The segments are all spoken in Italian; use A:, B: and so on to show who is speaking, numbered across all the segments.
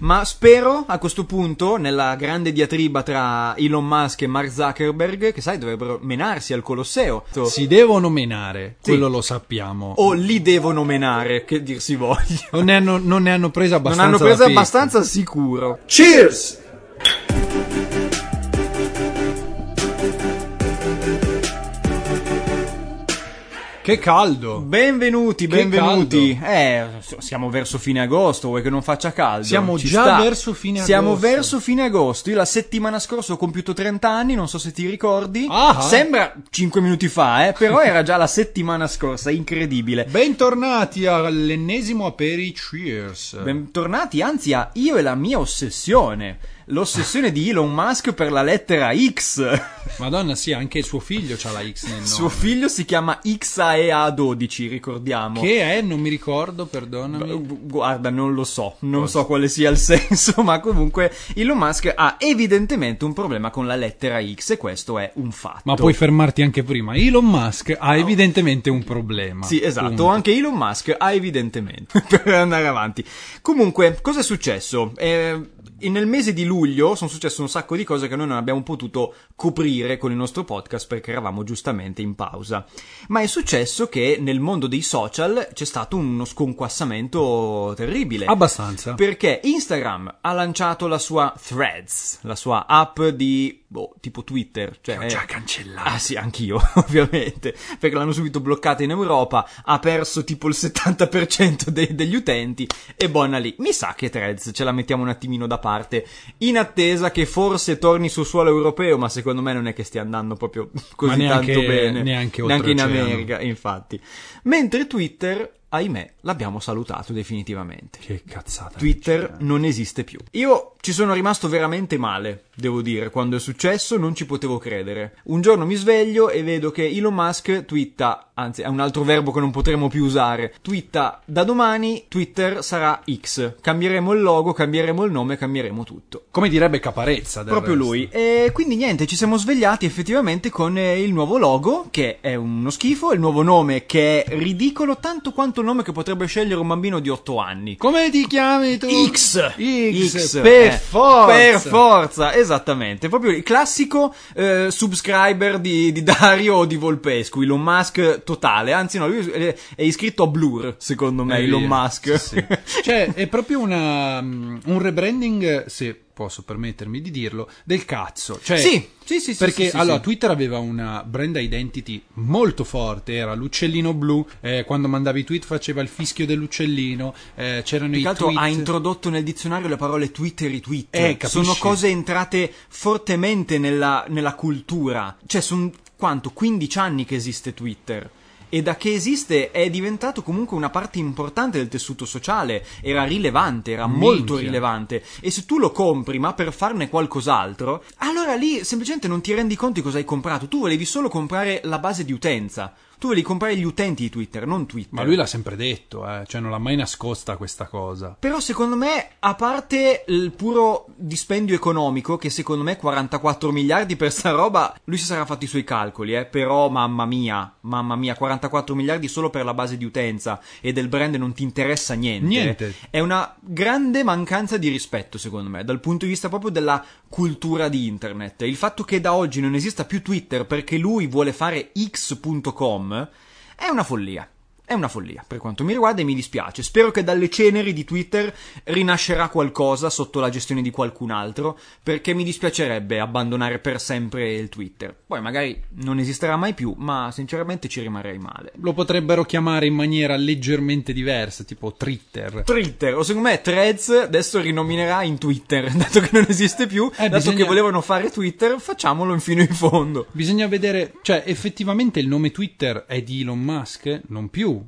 A: Ma spero a questo punto, nella grande diatriba tra Elon Musk e Mark Zuckerberg, che sai dovrebbero menarsi al Colosseo.
B: Si devono menare, quello lo sappiamo.
A: O li devono menare, che dir si voglia.
B: Non ne hanno, non ne hanno presa
A: Non
B: abbastanza.
A: hanno
B: da
A: preso
B: pezzi.
A: abbastanza sicuro.
C: Cheers!
B: Che caldo!
A: Benvenuti,
B: Che
A: benvenuti. Eh, s- siamo verso fine agosto, vuoi che non faccia caldo?
B: Siamo
A: Ci
B: già
A: sta.
B: verso fine
A: Siamo
B: agosto.
A: verso fine agosto. Io la settimana scorsa ho compiuto 30 anni, non so se ti ricordi.
B: Ah.
A: Sembra 5 minuti fa, eh, però era già la settimana scorsa, incredibile.
B: Bentornati all'ennesimo Aperi Cheers.
A: Eh. Bentornati, anzi, a io e la mia ossessione. L'ossessione di Elon Musk per la lettera X.
B: Madonna, sì, anche suo figlio c'ha la X nel nome.
A: Suo figlio si chiama XAEA12, ricordiamo. Eh,
B: Che è, non mi ricordo, perdonami.
A: Gu- Guarda, non lo so, non so quale sia il senso, ma comunque Elon Musk ha evidentemente un problema con la lettera X e questo è un fatto.
B: Ma puoi fermarti anche prima. Elon Musk ha evidentemente un problema.
A: Sì, esatto,
B: Punto.
A: anche Elon Musk ha evidentemente per andare avanti. Comunque, cosa è successo? Eh, nel mese di luglio sono successe un sacco di cose che noi non abbiamo potuto coprire con il nostro podcast perché eravamo giustamente in pausa. Ma è successo che nel mondo dei social c'è stato uno sconquassamento terribile.
B: Ah, Abbastanza.
A: Eh. Perché Instagram ha lanciato la sua Threads, la sua app di boh, tipo Twitter. Cioè,
B: Ho già cancellato.
A: Ah sì, anch'io, ovviamente, perché l'hanno subito bloccata in Europa, ha perso tipo il 70% dei- degli utenti e buona lì. Mi sa che Threads ce la mettiamo un attimino da parte, in attesa che forse torni sul suolo europeo, ma secondo me non è che stia andando proprio così
B: neanche-
A: tanto bene.
B: neanche
A: in
B: oltreoceano.
A: America, infatti. Mentre Twitter, ahimè, l'abbiamo salutato definitivamente.
B: Che cazzata.
A: Twitter non esiste più. Io ci sono rimasto veramente male, devo dire, quando è successo non ci potevo credere. Un giorno mi sveglio e vedo che Elon Musk twitta, anzi è un altro verbo che non potremo più usare, twitta da domani Twitter sarà X, cambieremo il logo, cambieremo il nome, cambieremo tutto.
B: Come direbbe Caparezza. del
A: Proprio
B: resto.
A: lui. E quindi niente, ci siamo svegliati effettivamente con eh, il nuovo logo, che è uno schifo, il nuovo nome che è ridicolo tanto quanto il nome che potrebbe scegliere un bambino di 8 anni.
B: Come ti chiami tu?
A: X.
B: X.
A: X,
B: Per
A: eh,
B: forza.
A: Per forza, esattamente. Proprio il classico eh, subscriber di, di Dario o di Volpescu, Elon Musk totale. Anzi no, lui è, è iscritto a Blur, secondo me,
B: Eh,
A: Elon
B: via.
A: Musk.
B: Sì, sì. Cioè, è proprio una, mm, un rebranding, se posso permettermi di dirlo, del cazzo. Cioè,
A: Sì, sì, sì, sì,
B: Perché
A: sì, sì,
B: allora
A: sì.
B: Twitter aveva una brand identity molto forte, era l'uccellino blu, eh, quando mandavi i tweet faceva il fischio dell'uccellino, eh, c'erano
A: Più
B: i
A: che altro
B: tweet...
A: ha introdotto nel dizionario le parole Twitter e tweet.
B: Eh, capisci?
A: sono cose entrate fortemente nella, nella cultura. Cioè, sono quanto? 15 anni che esiste Twitter. E da che esiste è diventato comunque una parte importante del tessuto sociale. Era rilevante, era molto
B: Minchia.
A: rilevante. E se tu lo compri, ma per farne qualcos'altro, allora lì semplicemente non ti rendi conto di cosa hai comprato. Tu volevi solo comprare la base di utenza. Tu volevi comprare gli utenti di Twitter, non Twitter.
B: Ma lui l'ha sempre detto, eh, cioè non l'ha mai nascosta questa cosa.
A: Però secondo me, a parte il puro dispendio economico, che secondo me 44 miliardi per sta roba, lui si sarà fatto i suoi calcoli, eh. Però, mamma mia, mamma mia, 44 miliardi solo per la base di utenza e del brand non ti interessa niente.
B: Niente.
A: È una grande mancanza di rispetto, secondo me, dal punto di vista proprio della cultura di internet. Il fatto che da oggi non esista più Twitter perché lui vuole fare x.com è una follia. È una follia, per quanto mi riguarda, e mi dispiace. Spero che dalle ceneri di Twitter rinascerà qualcosa sotto la gestione di qualcun altro, perché mi dispiacerebbe abbandonare per sempre il Twitter. Poi magari non esisterà mai più, ma sinceramente ci rimarrei male.
B: Lo potrebbero chiamare in maniera leggermente diversa, tipo Twitter.
A: Twitter, o secondo me Threads adesso rinominerà in Twitter, dato che non esiste più,
B: Eh,
A: dato
B: bisogna-
A: che volevano fare Twitter, facciamolo fino in fondo.
B: Bisogna vedere, cioè effettivamente il nome Twitter è di Elon Musk? Non più.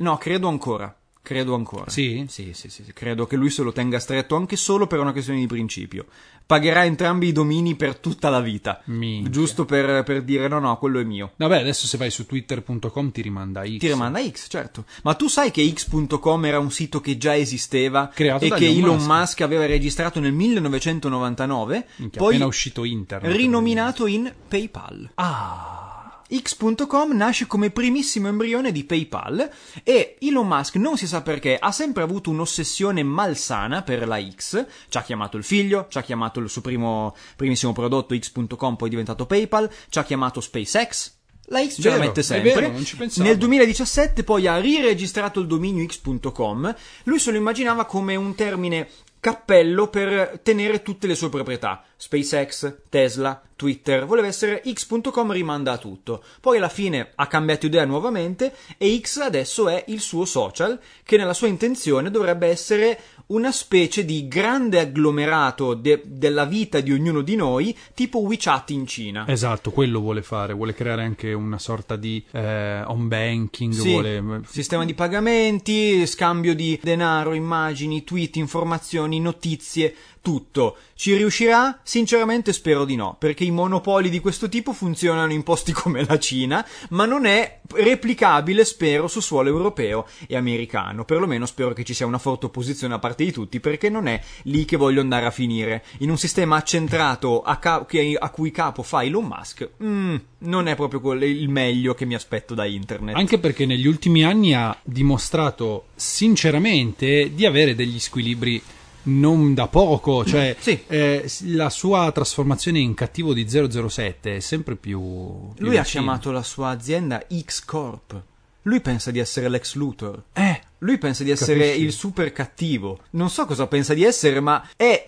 A: No, credo ancora. Credo ancora.
B: Sì?
A: Sì, sì, sì, sì. Credo che lui se lo tenga stretto anche solo per una questione di principio. Pagherà entrambi i domini per tutta la vita.
B: Minchia.
A: Giusto per, per dire no, no, quello è mio.
B: Vabbè, adesso se vai su twitter.com ti rimanda a X.
A: Ti rimanda X, certo. Ma tu sai che X.com era un sito che già esisteva
B: Creato
A: e
B: da
A: che
B: Elon
A: Elon
B: Musk.
A: Musk. aveva registrato nel 1999,
B: Minchia,
A: poi
B: appena uscito internet.
A: rinominato in PayPal.
B: Ah.
A: X.com nasce come primissimo embrione di PayPal e Elon Musk non si sa perché ha sempre avuto un'ossessione malsana per la X, ci ha chiamato il figlio, ci ha chiamato il suo primo, primissimo prodotto X.com poi è diventato PayPal, ci ha chiamato SpaceX, la X ce la
B: Vero,
A: mette
B: è
A: sempre.
B: vero, non ci pensavo.
A: Nel 2017 poi ha riregistrato il dominio x.com. Lui se lo immaginava come un termine cappello per tenere tutte le sue proprietà. SpaceX, Tesla, Twitter. Voleva essere x.com rimanda a tutto. Poi alla fine ha cambiato idea nuovamente e X adesso è il suo social che nella sua intenzione dovrebbe essere una specie di grande agglomerato de- della vita di ognuno di noi, tipo WeChat in Cina.
B: Esatto, quello vuole fare, vuole creare anche una sorta di eh, on banking,
A: Sì,
B: vuole
A: sistema di pagamenti, scambio di denaro, immagini, tweet, informazioni, notizie, tutto. Ci riuscirà? Sinceramente spero di no, perché i monopoli di questo tipo funzionano in posti come la Cina, ma non è replicabile, spero, su suolo europeo e americano. Perlomeno spero che ci sia una forte opposizione da parte di tutti, perché non è lì che voglio andare a finire. In un sistema accentrato a, ca- che- a cui capo fa Elon Musk, mm, non è proprio quel- il meglio che mi aspetto da internet.
B: Anche perché negli ultimi anni ha dimostrato sinceramente di avere degli squilibri non da poco, cioè
A: Sì.
B: eh, s- la sua trasformazione in cattivo di 007 è sempre più... più
A: Lui ha
B: vicina.
A: chiamato la sua azienda X Corp. Lui pensa di essere l'ex Luthor.
B: Eh,
A: Lui pensa di essere
B: Capisci?
A: il super cattivo. Non so cosa pensa di essere, ma è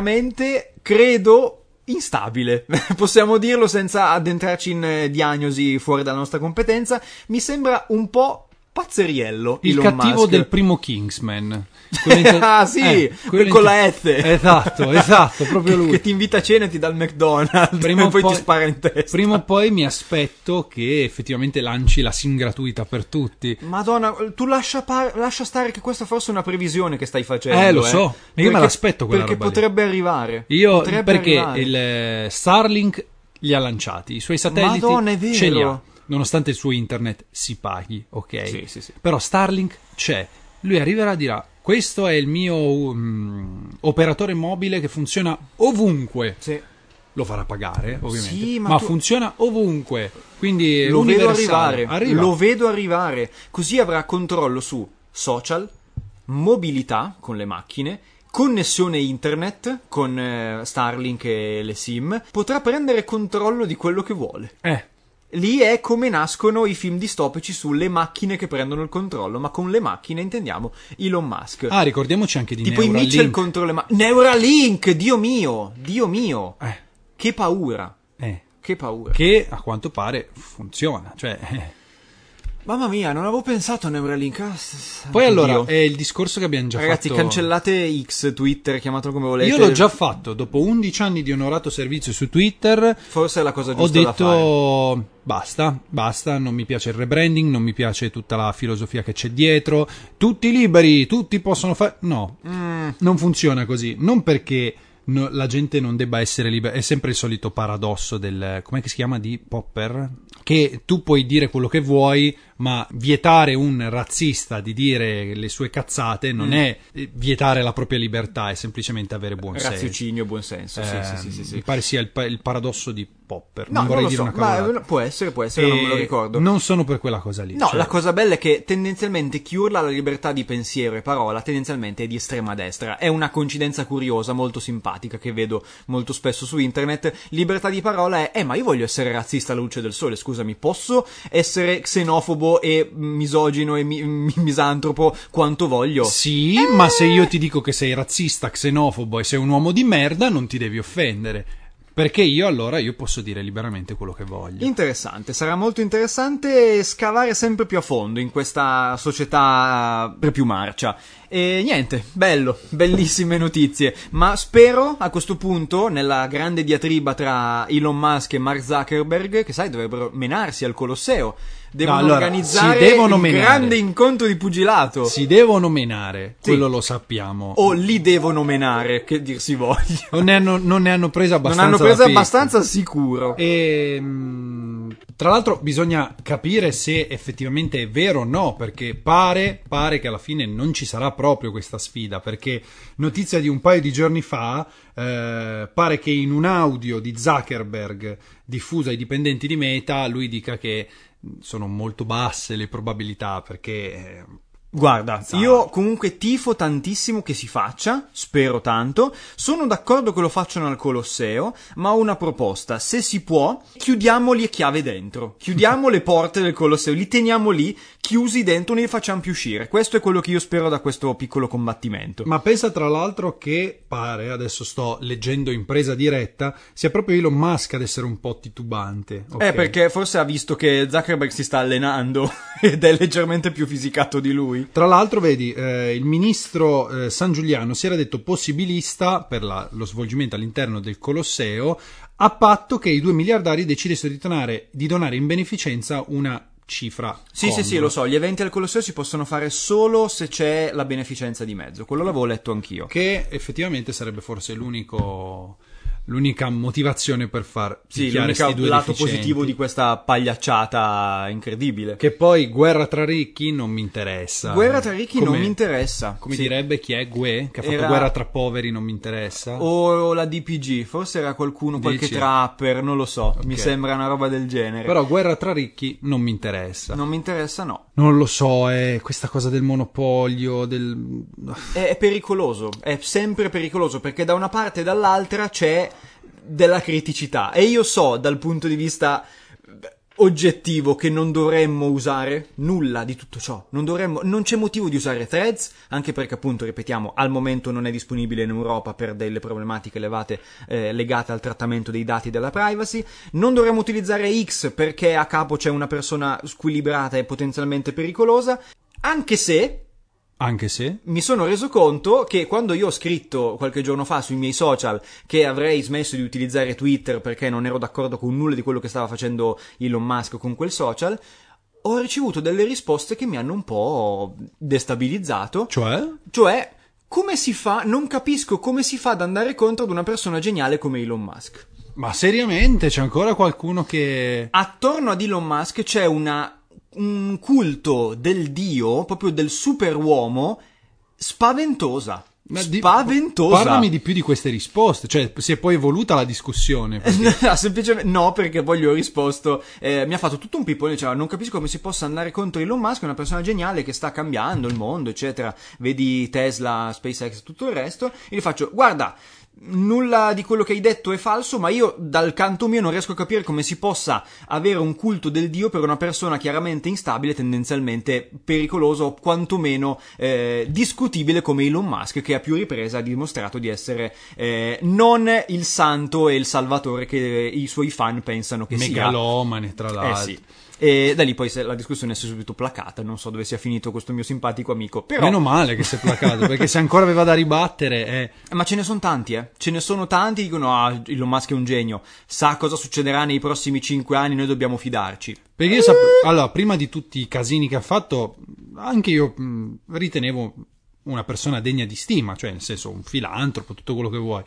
A: sinceramente, credo, instabile. Possiamo dirlo senza addentrarci in eh, diagnosi fuori dalla nostra competenza. Mi sembra un po' pazzeriello.
B: il
A: Elon
B: cattivo
A: Musk.
B: del primo Kingsman.
A: Ah, sì,
B: eh, quello
A: con la F.
B: Esatto, esatto, proprio lui.
A: Che ti invita a cena e ti dà il McDonald's
B: Prima
A: e
B: o
A: poi,
B: poi-
A: ti spara in testa.
B: Prima o poi mi aspetto che effettivamente lanci la SIM gratuita per tutti.
A: Madonna, tu lascia, par- lascia stare che questa forse è una previsione che stai facendo.
B: Eh, lo so. Ma io me l'aspetto quella
A: Perché
B: roba lì.
A: potrebbe arrivare.
B: Io
A: Potrebbe
B: perché
A: arrivare.
B: il eh, Starlink li ha lanciati, i suoi satelliti
A: Madonna, è vero.
B: ce li ha, nonostante il suo internet si paghi, ok?
A: Sì, sì, sì.
B: Però Starlink c'è. Lui arriverà e dirà: "Questo è il mio mm, operatore mobile che funziona ovunque".
A: Sì.
B: Lo farà pagare, ovviamente,
A: Sì, ma
B: ma,
A: tu-
B: funziona ovunque. Quindi è
A: Lo vedo
B: universale.
A: arrivare.
B: Arriva.
A: Lo vedo arrivare. Così avrà controllo su social, mobilità con le macchine. Connessione internet con eh, Starlink e le sim potrà prendere controllo di quello che vuole.
B: Eh,
A: Lì è come nascono i film distopici sulle macchine che prendono il controllo, ma con le macchine intendiamo Elon Musk.
B: Ah, ricordiamoci anche di
A: Tipo i
B: Neuralink.
A: Mitchell contro le ma- Neuralink, Dio mio, Dio mio.
B: Eh,
A: Che paura,
B: eh,
A: che paura.
B: che a quanto pare funziona, cioè eh.
A: Mamma mia, non avevo pensato a Neuralink. ah, s- s-
B: Poi
A: santo
B: allora
A: Dio.
B: è il discorso che abbiamo già
A: ragazzi,
B: fatto.
A: cancellate X, Twitter, chiamatelo come volete.
B: Io l'ho già fatto, dopo 11 anni di onorato servizio su Twitter,
A: Forse è la cosa
B: ho
A: giusta da fare.
B: detto basta, basta, non mi piace il rebranding, non mi piace tutta la filosofia che c'è dietro, tutti liberi, tutti possono fare... No, non funziona così, non perché no- la gente non debba essere libera, è sempre il solito paradosso del... com'è che si chiama di Popper? Che tu puoi dire quello che vuoi, ma vietare un razzista di dire le sue cazzate
A: Mm.
B: non è eh, vietare la propria libertà, è semplicemente avere buon senso.
A: Raziocinio, buon senso.
B: Eh,
A: sì, sì, sì, sì, sì.
B: Mi pare sia il, pa- il paradosso di Popper.
A: No,
B: non vorrei
A: non lo
B: dire
A: so,
B: una cavolata.
A: ma può essere, può essere, non me lo
B: Eh,
A: ricordo.
B: Non sono per quella cosa lì.
A: No,
B: cioè,
A: la cosa bella è che tendenzialmente chi urla la libertà di pensiero e parola tendenzialmente è di estrema destra. È una coincidenza curiosa, molto simpatica, che vedo molto spesso su internet. Libertà di parola è, eh, ma io voglio essere razzista alla luce del sole, scusami, posso essere xenofobo e misogino e mi- mi- misantropo quanto voglio?
B: Sì, Eh. ma se io ti dico che sei razzista, xenofobo e sei un uomo di merda, non ti devi offendere. Perché io allora io posso dire liberamente quello che voglio.
A: Interessante, sarà molto interessante scavare sempre più a fondo in questa società per più marcia. E niente, bello, bellissime notizie. Ma spero a questo punto, nella grande diatriba tra Elon Musk e Mark Zuckerberg, che sai dovrebbero menarsi al Colosseo, devono
B: allora,
A: organizzare
B: si devono
A: un
B: menare.
A: grande incontro di pugilato.
B: Si devono menare, quello lo sappiamo.
A: O li devono menare, che dir si voglia.
B: Non, ne hanno, non ne hanno presa
A: Non
B: abbastanza.
A: hanno
B: da
A: preso
B: pezzi.
A: abbastanza sicuro.
B: Ehm, tra l'altro bisogna capire se effettivamente è vero o no, perché pare, pare che alla fine non ci sarà proprio questa sfida, perché notizia di un paio di giorni fa, eh, pare che in un audio di Zuckerberg diffuso ai dipendenti di Meta, lui dica che sono molto basse le probabilità, perché... eh,
A: Guarda,
B: Sa-
A: io comunque tifo tantissimo che si faccia, spero tanto. Sono d'accordo che lo facciano al Colosseo, ma ho una proposta. Se si può, chiudiamoli a chiave dentro. Chiudiamo le porte del Colosseo, li teniamo lì, chiusi dentro, non li facciamo più uscire. Questo è quello che io spero da questo piccolo combattimento.
B: Ma pensa tra l'altro che pare, adesso sto leggendo in presa diretta, sia proprio Elon Musk ad essere un po' titubante. ok?
A: Eh, perché forse ha visto che Zuckerberg si sta allenando ed è leggermente più fisicato di lui.
B: Tra l'altro, vedi, eh, il ministro eh, San Giuliano si era detto possibilista per la- lo svolgimento all'interno del Colosseo, a patto che i due miliardari decidessero di, donare- di donare in beneficenza una cifra.
A: Sì, sì, sì,
B: congrua.
A: lo so, gli eventi al Colosseo si possono fare solo se c'è la beneficenza di mezzo. Quello l'avevo letto anch'io.
B: Che effettivamente sarebbe forse l'unico, l'unica motivazione per far
A: Sì,
B: picchiare
A: l'unico
B: sti due
A: lato
B: deficienti.
A: positivo di questa pagliacciata incredibile.
B: Che poi guerra tra ricchi non mi interessa.
A: Guerra tra ricchi non
B: Come-
A: mi interessa.
B: Come
A: Sì.
B: direbbe chi è Gue, che ha fatto
A: Era-
B: guerra tra poveri non mi interessa.
A: O o la DPG, forse era qualcuno, qualche
B: Dici?
A: trapper, non lo so. Mi
B: Ok.
A: sembra una roba del genere.
B: Eh. Però guerra tra ricchi non mi interessa.
A: Non mi interessa, no.
B: Non lo so, è questa cosa del monopolio, del...
A: È, è pericoloso, è sempre pericoloso perché da una parte e dall'altra c'è della criticità e io so dal punto di vista eh, oggettivo che non dovremmo usare nulla di tutto ciò, non dovremmo non c'è motivo di usare threads, anche perché appunto ripetiamo, al momento non è disponibile in Europa per delle problematiche elevate eh, legate al trattamento dei dati e della privacy, non dovremmo utilizzare X perché a capo c'è una persona squilibrata e potenzialmente pericolosa, anche se
B: Anche se...
A: mi sono reso conto che quando io ho scritto qualche giorno fa sui miei social che avrei smesso di utilizzare Twitter perché non ero d'accordo con nulla di quello che stava facendo Elon Musk con quel social, ho ricevuto delle risposte che mi hanno un po' destabilizzato.
B: Cioè?
A: Cioè, come si fa? Non capisco come si fa ad andare contro ad una persona geniale come Elon Musk.
B: Ma seriamente c'è ancora qualcuno che...
A: Attorno ad Elon Musk c'è una- un culto del dio, proprio del superuomo, spaventosa.
B: Ma di-
A: spaventosa.
B: Parlami di più di queste risposte, cioè si è poi evoluta la discussione. perché-
A: No, Ah, semplicemente no, perché poi gli ho risposto. eh, mi ha fatto tutto un pippone. Diceva: Non capisco come si possa andare contro Elon Musk, è una persona geniale che sta cambiando il mondo, eccetera. Vedi Tesla, SpaceX e tutto il resto. E gli faccio: Guarda. Nulla di quello che hai detto è falso, ma io dal canto mio non riesco a capire come si possa avere un culto del Dio per una persona chiaramente instabile, tendenzialmente pericolosa o quantomeno eh, discutibile come Elon Musk, che a più riprese ha dimostrato di essere eh, non il santo e il salvatore che i suoi fan pensano
B: Eh
A: che
B: Megalomane, tra
A: sia. Eh
B: l'altro.
A: sì. E da lì poi se- la discussione si è subito placata, non so dove sia finito questo mio simpatico amico, però...
B: Meno male che si è placato, perché se ancora aveva da ribattere... Eh...
A: Ma ce ne sono tanti, eh. Ce ne sono tanti, dicono, ah, Elon Musk è un genio, sa cosa succederà nei prossimi 5 anni, noi dobbiamo fidarci.
B: Perché io sap- allora, prima di tutti i casini che ha fatto, anche io mh, ritenevo una persona degna di stima, cioè nel senso un filantropo, tutto quello che vuoi.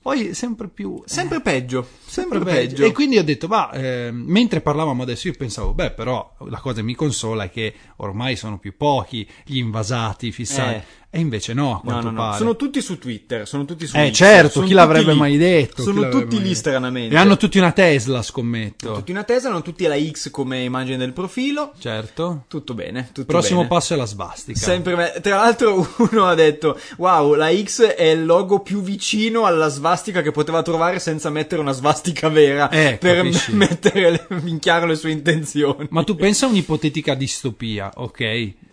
B: Poi sempre più... eh,
A: Sempre peggio, sempre, peggio.
B: E quindi ho detto, ma eh, mentre parlavamo adesso io pensavo, beh però la cosa che mi consola è che ormai sono più pochi gli invasati, fissati.
A: Eh.
B: E invece no, a
A: No,
B: quanto
A: no, no.
B: pare.
A: Sono tutti su Twitter, sono tutti su
B: eh
A: X,
B: certo,
A: sono
B: chi
A: tutti
B: l'avrebbe
A: lì.
B: mai detto? Chi
A: Sono
B: l'avrebbe
A: tutti
B: mai
A: lì
B: detto?
A: stranamente.
B: E hanno tutti una Tesla, scommetto.
A: tutti una Tesla, hanno tutti la X come immagine del profilo.
B: Certo.
A: Tutto bene, tutto
B: Prossimo
A: bene.
B: passo è la svastica.
A: Sempre me- Tra l'altro uno ha detto, wow, la X è il logo più vicino alla svastica che poteva trovare senza mettere una svastica vera
B: Eh,
A: per
B: capisci.
A: mettere le- in chiaro le sue intenzioni.
B: Ma tu pensa a un'ipotetica distopia, ok?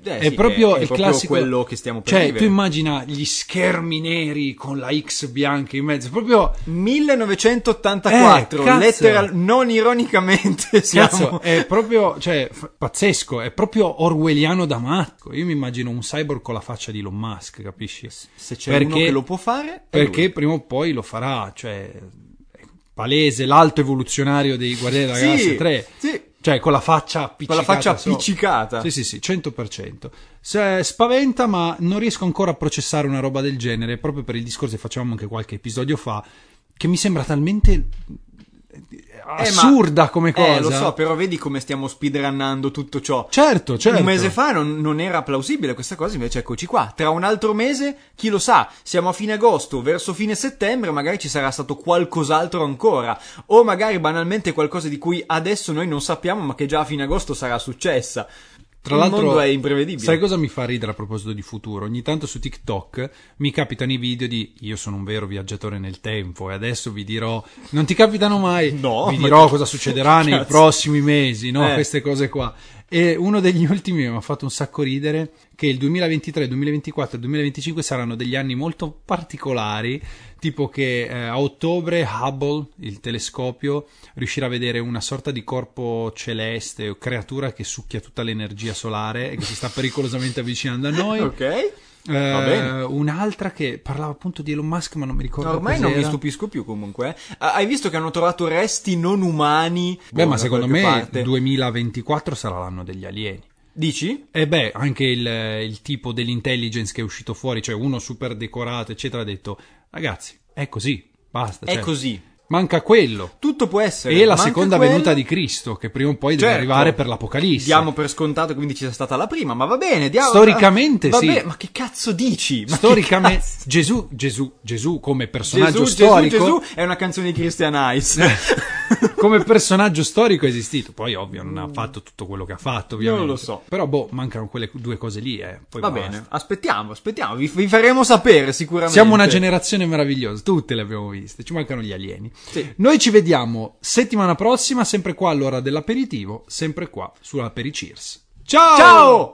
A: Eh sì,
B: è proprio
A: è- è
B: il
A: proprio
B: classico
A: quello che stiamo per
B: Cioè,
A: vivere.
B: tu immagina gli schermi neri con la X bianca in mezzo, proprio
A: 1984,
B: Eh, cazzo.
A: letteral- non ironicamente siamo...
B: cazzo, è proprio, cioè, f- pazzesco, è proprio orwelliano da matto. Io mi immagino un cyborg con la faccia di Elon Musk, capisci?
A: Se c'è uno che lo può fare, è
B: perché
A: lui.
B: prima o poi lo farà, cioè è palese l'alto evoluzionario dei Guardiani della
A: Sì,
B: Galassia 3.
A: sì.
B: Cioè, con la faccia appiccicata.
A: Con la faccia
B: sopra.
A: appiccicata.
B: Sì, sì, sì, 100%. Se- spaventa, ma non riesco ancora a processare una roba del genere, proprio per il discorso che facevamo anche qualche episodio fa, che mi sembra talmente assurda come cosa.
A: Eh, lo so, però vedi come stiamo speedrunnando tutto ciò.
B: Certo, certo.
A: Un mese fa non, non era plausibile questa cosa, invece eccoci qua. Tra un altro mese, chi lo sa, siamo a fine agosto, verso fine settembre, magari ci sarà stato qualcos'altro ancora. O magari banalmente qualcosa di cui adesso noi non sappiamo, ma che già a fine agosto sarà successa.
B: Tra
A: Il
B: l'altro,
A: mondo è imprevedibile.
B: Sai cosa mi fa ridere a proposito di futuro? Ogni tanto su TikTok mi capitano i video di io sono un vero viaggiatore nel tempo e adesso vi dirò. Non ti capitano mai?
A: No,
B: Vi
A: ma-
B: dirò cosa succederà nei
A: Cazzo.
B: prossimi mesi, no?
A: Eh.
B: Queste cose qua. E uno degli ultimi mi ha fatto un sacco ridere che il 2023, 2024 e 2025 saranno degli anni molto particolari, tipo che eh, a ottobre Hubble, il telescopio, riuscirà a vedere una sorta di corpo celeste o creatura che succhia tutta l'energia solare e che si sta pericolosamente avvicinando a noi.
A: Ok?
B: Eh,
A: Va bene.
B: un'altra che parlava appunto di Elon Musk, ma non mi ricordo
A: Ormai non mi
B: cos'era.
A: stupisco più comunque. eh. Ah, Hai visto che hanno trovato resti non umani?
B: Beh,
A: boh,
B: ma
A: da
B: secondo me
A: qualche parte.
B: 2024 sarà l'anno degli alieni.
A: Dici?
B: E Eh beh, anche il, il tipo dell'intelligence che è uscito fuori, cioè uno super decorato, eccetera, ha detto: Ragazzi, è così, basta.
A: È
B: cioè,
A: così.
B: Manca quello.
A: Tutto può essere.
B: E
A: ma
B: la
A: anche
B: seconda
A: quello-
B: venuta di Cristo, che prima o poi deve
A: Certo.
B: arrivare per l'Apocalisse.
A: Diamo per scontato che quindi ci sia stata la prima, ma va bene. Diamo...
B: Storicamente
A: va
B: sì.
A: bene, ma che cazzo dici? Ma che
B: Storicamente,
A: cazzo-
B: Gesù, Gesù, Gesù come personaggio
A: Gesù, Gesù,
B: storico. Eh.
A: Gesù è una canzone di Christian Ice.
B: come personaggio storico è esistito. Poi, ovvio, non ha fatto tutto quello che ha fatto. Ovviamente.
A: lo so.
B: Però, boh, mancano quelle due cose lì. Eh. Poi
A: va
B: basta.
A: bene, aspettiamo, aspettiamo. Vi, vi faremo sapere sicuramente.
B: Siamo una generazione meravigliosa, tutte le abbiamo viste, ci mancano gli alieni.
A: Sì.
B: Noi ci vediamo settimana prossima, sempre qua all'ora dell'aperitivo, sempre qua sulla Peri Cheers. Ciao!
A: Ciao!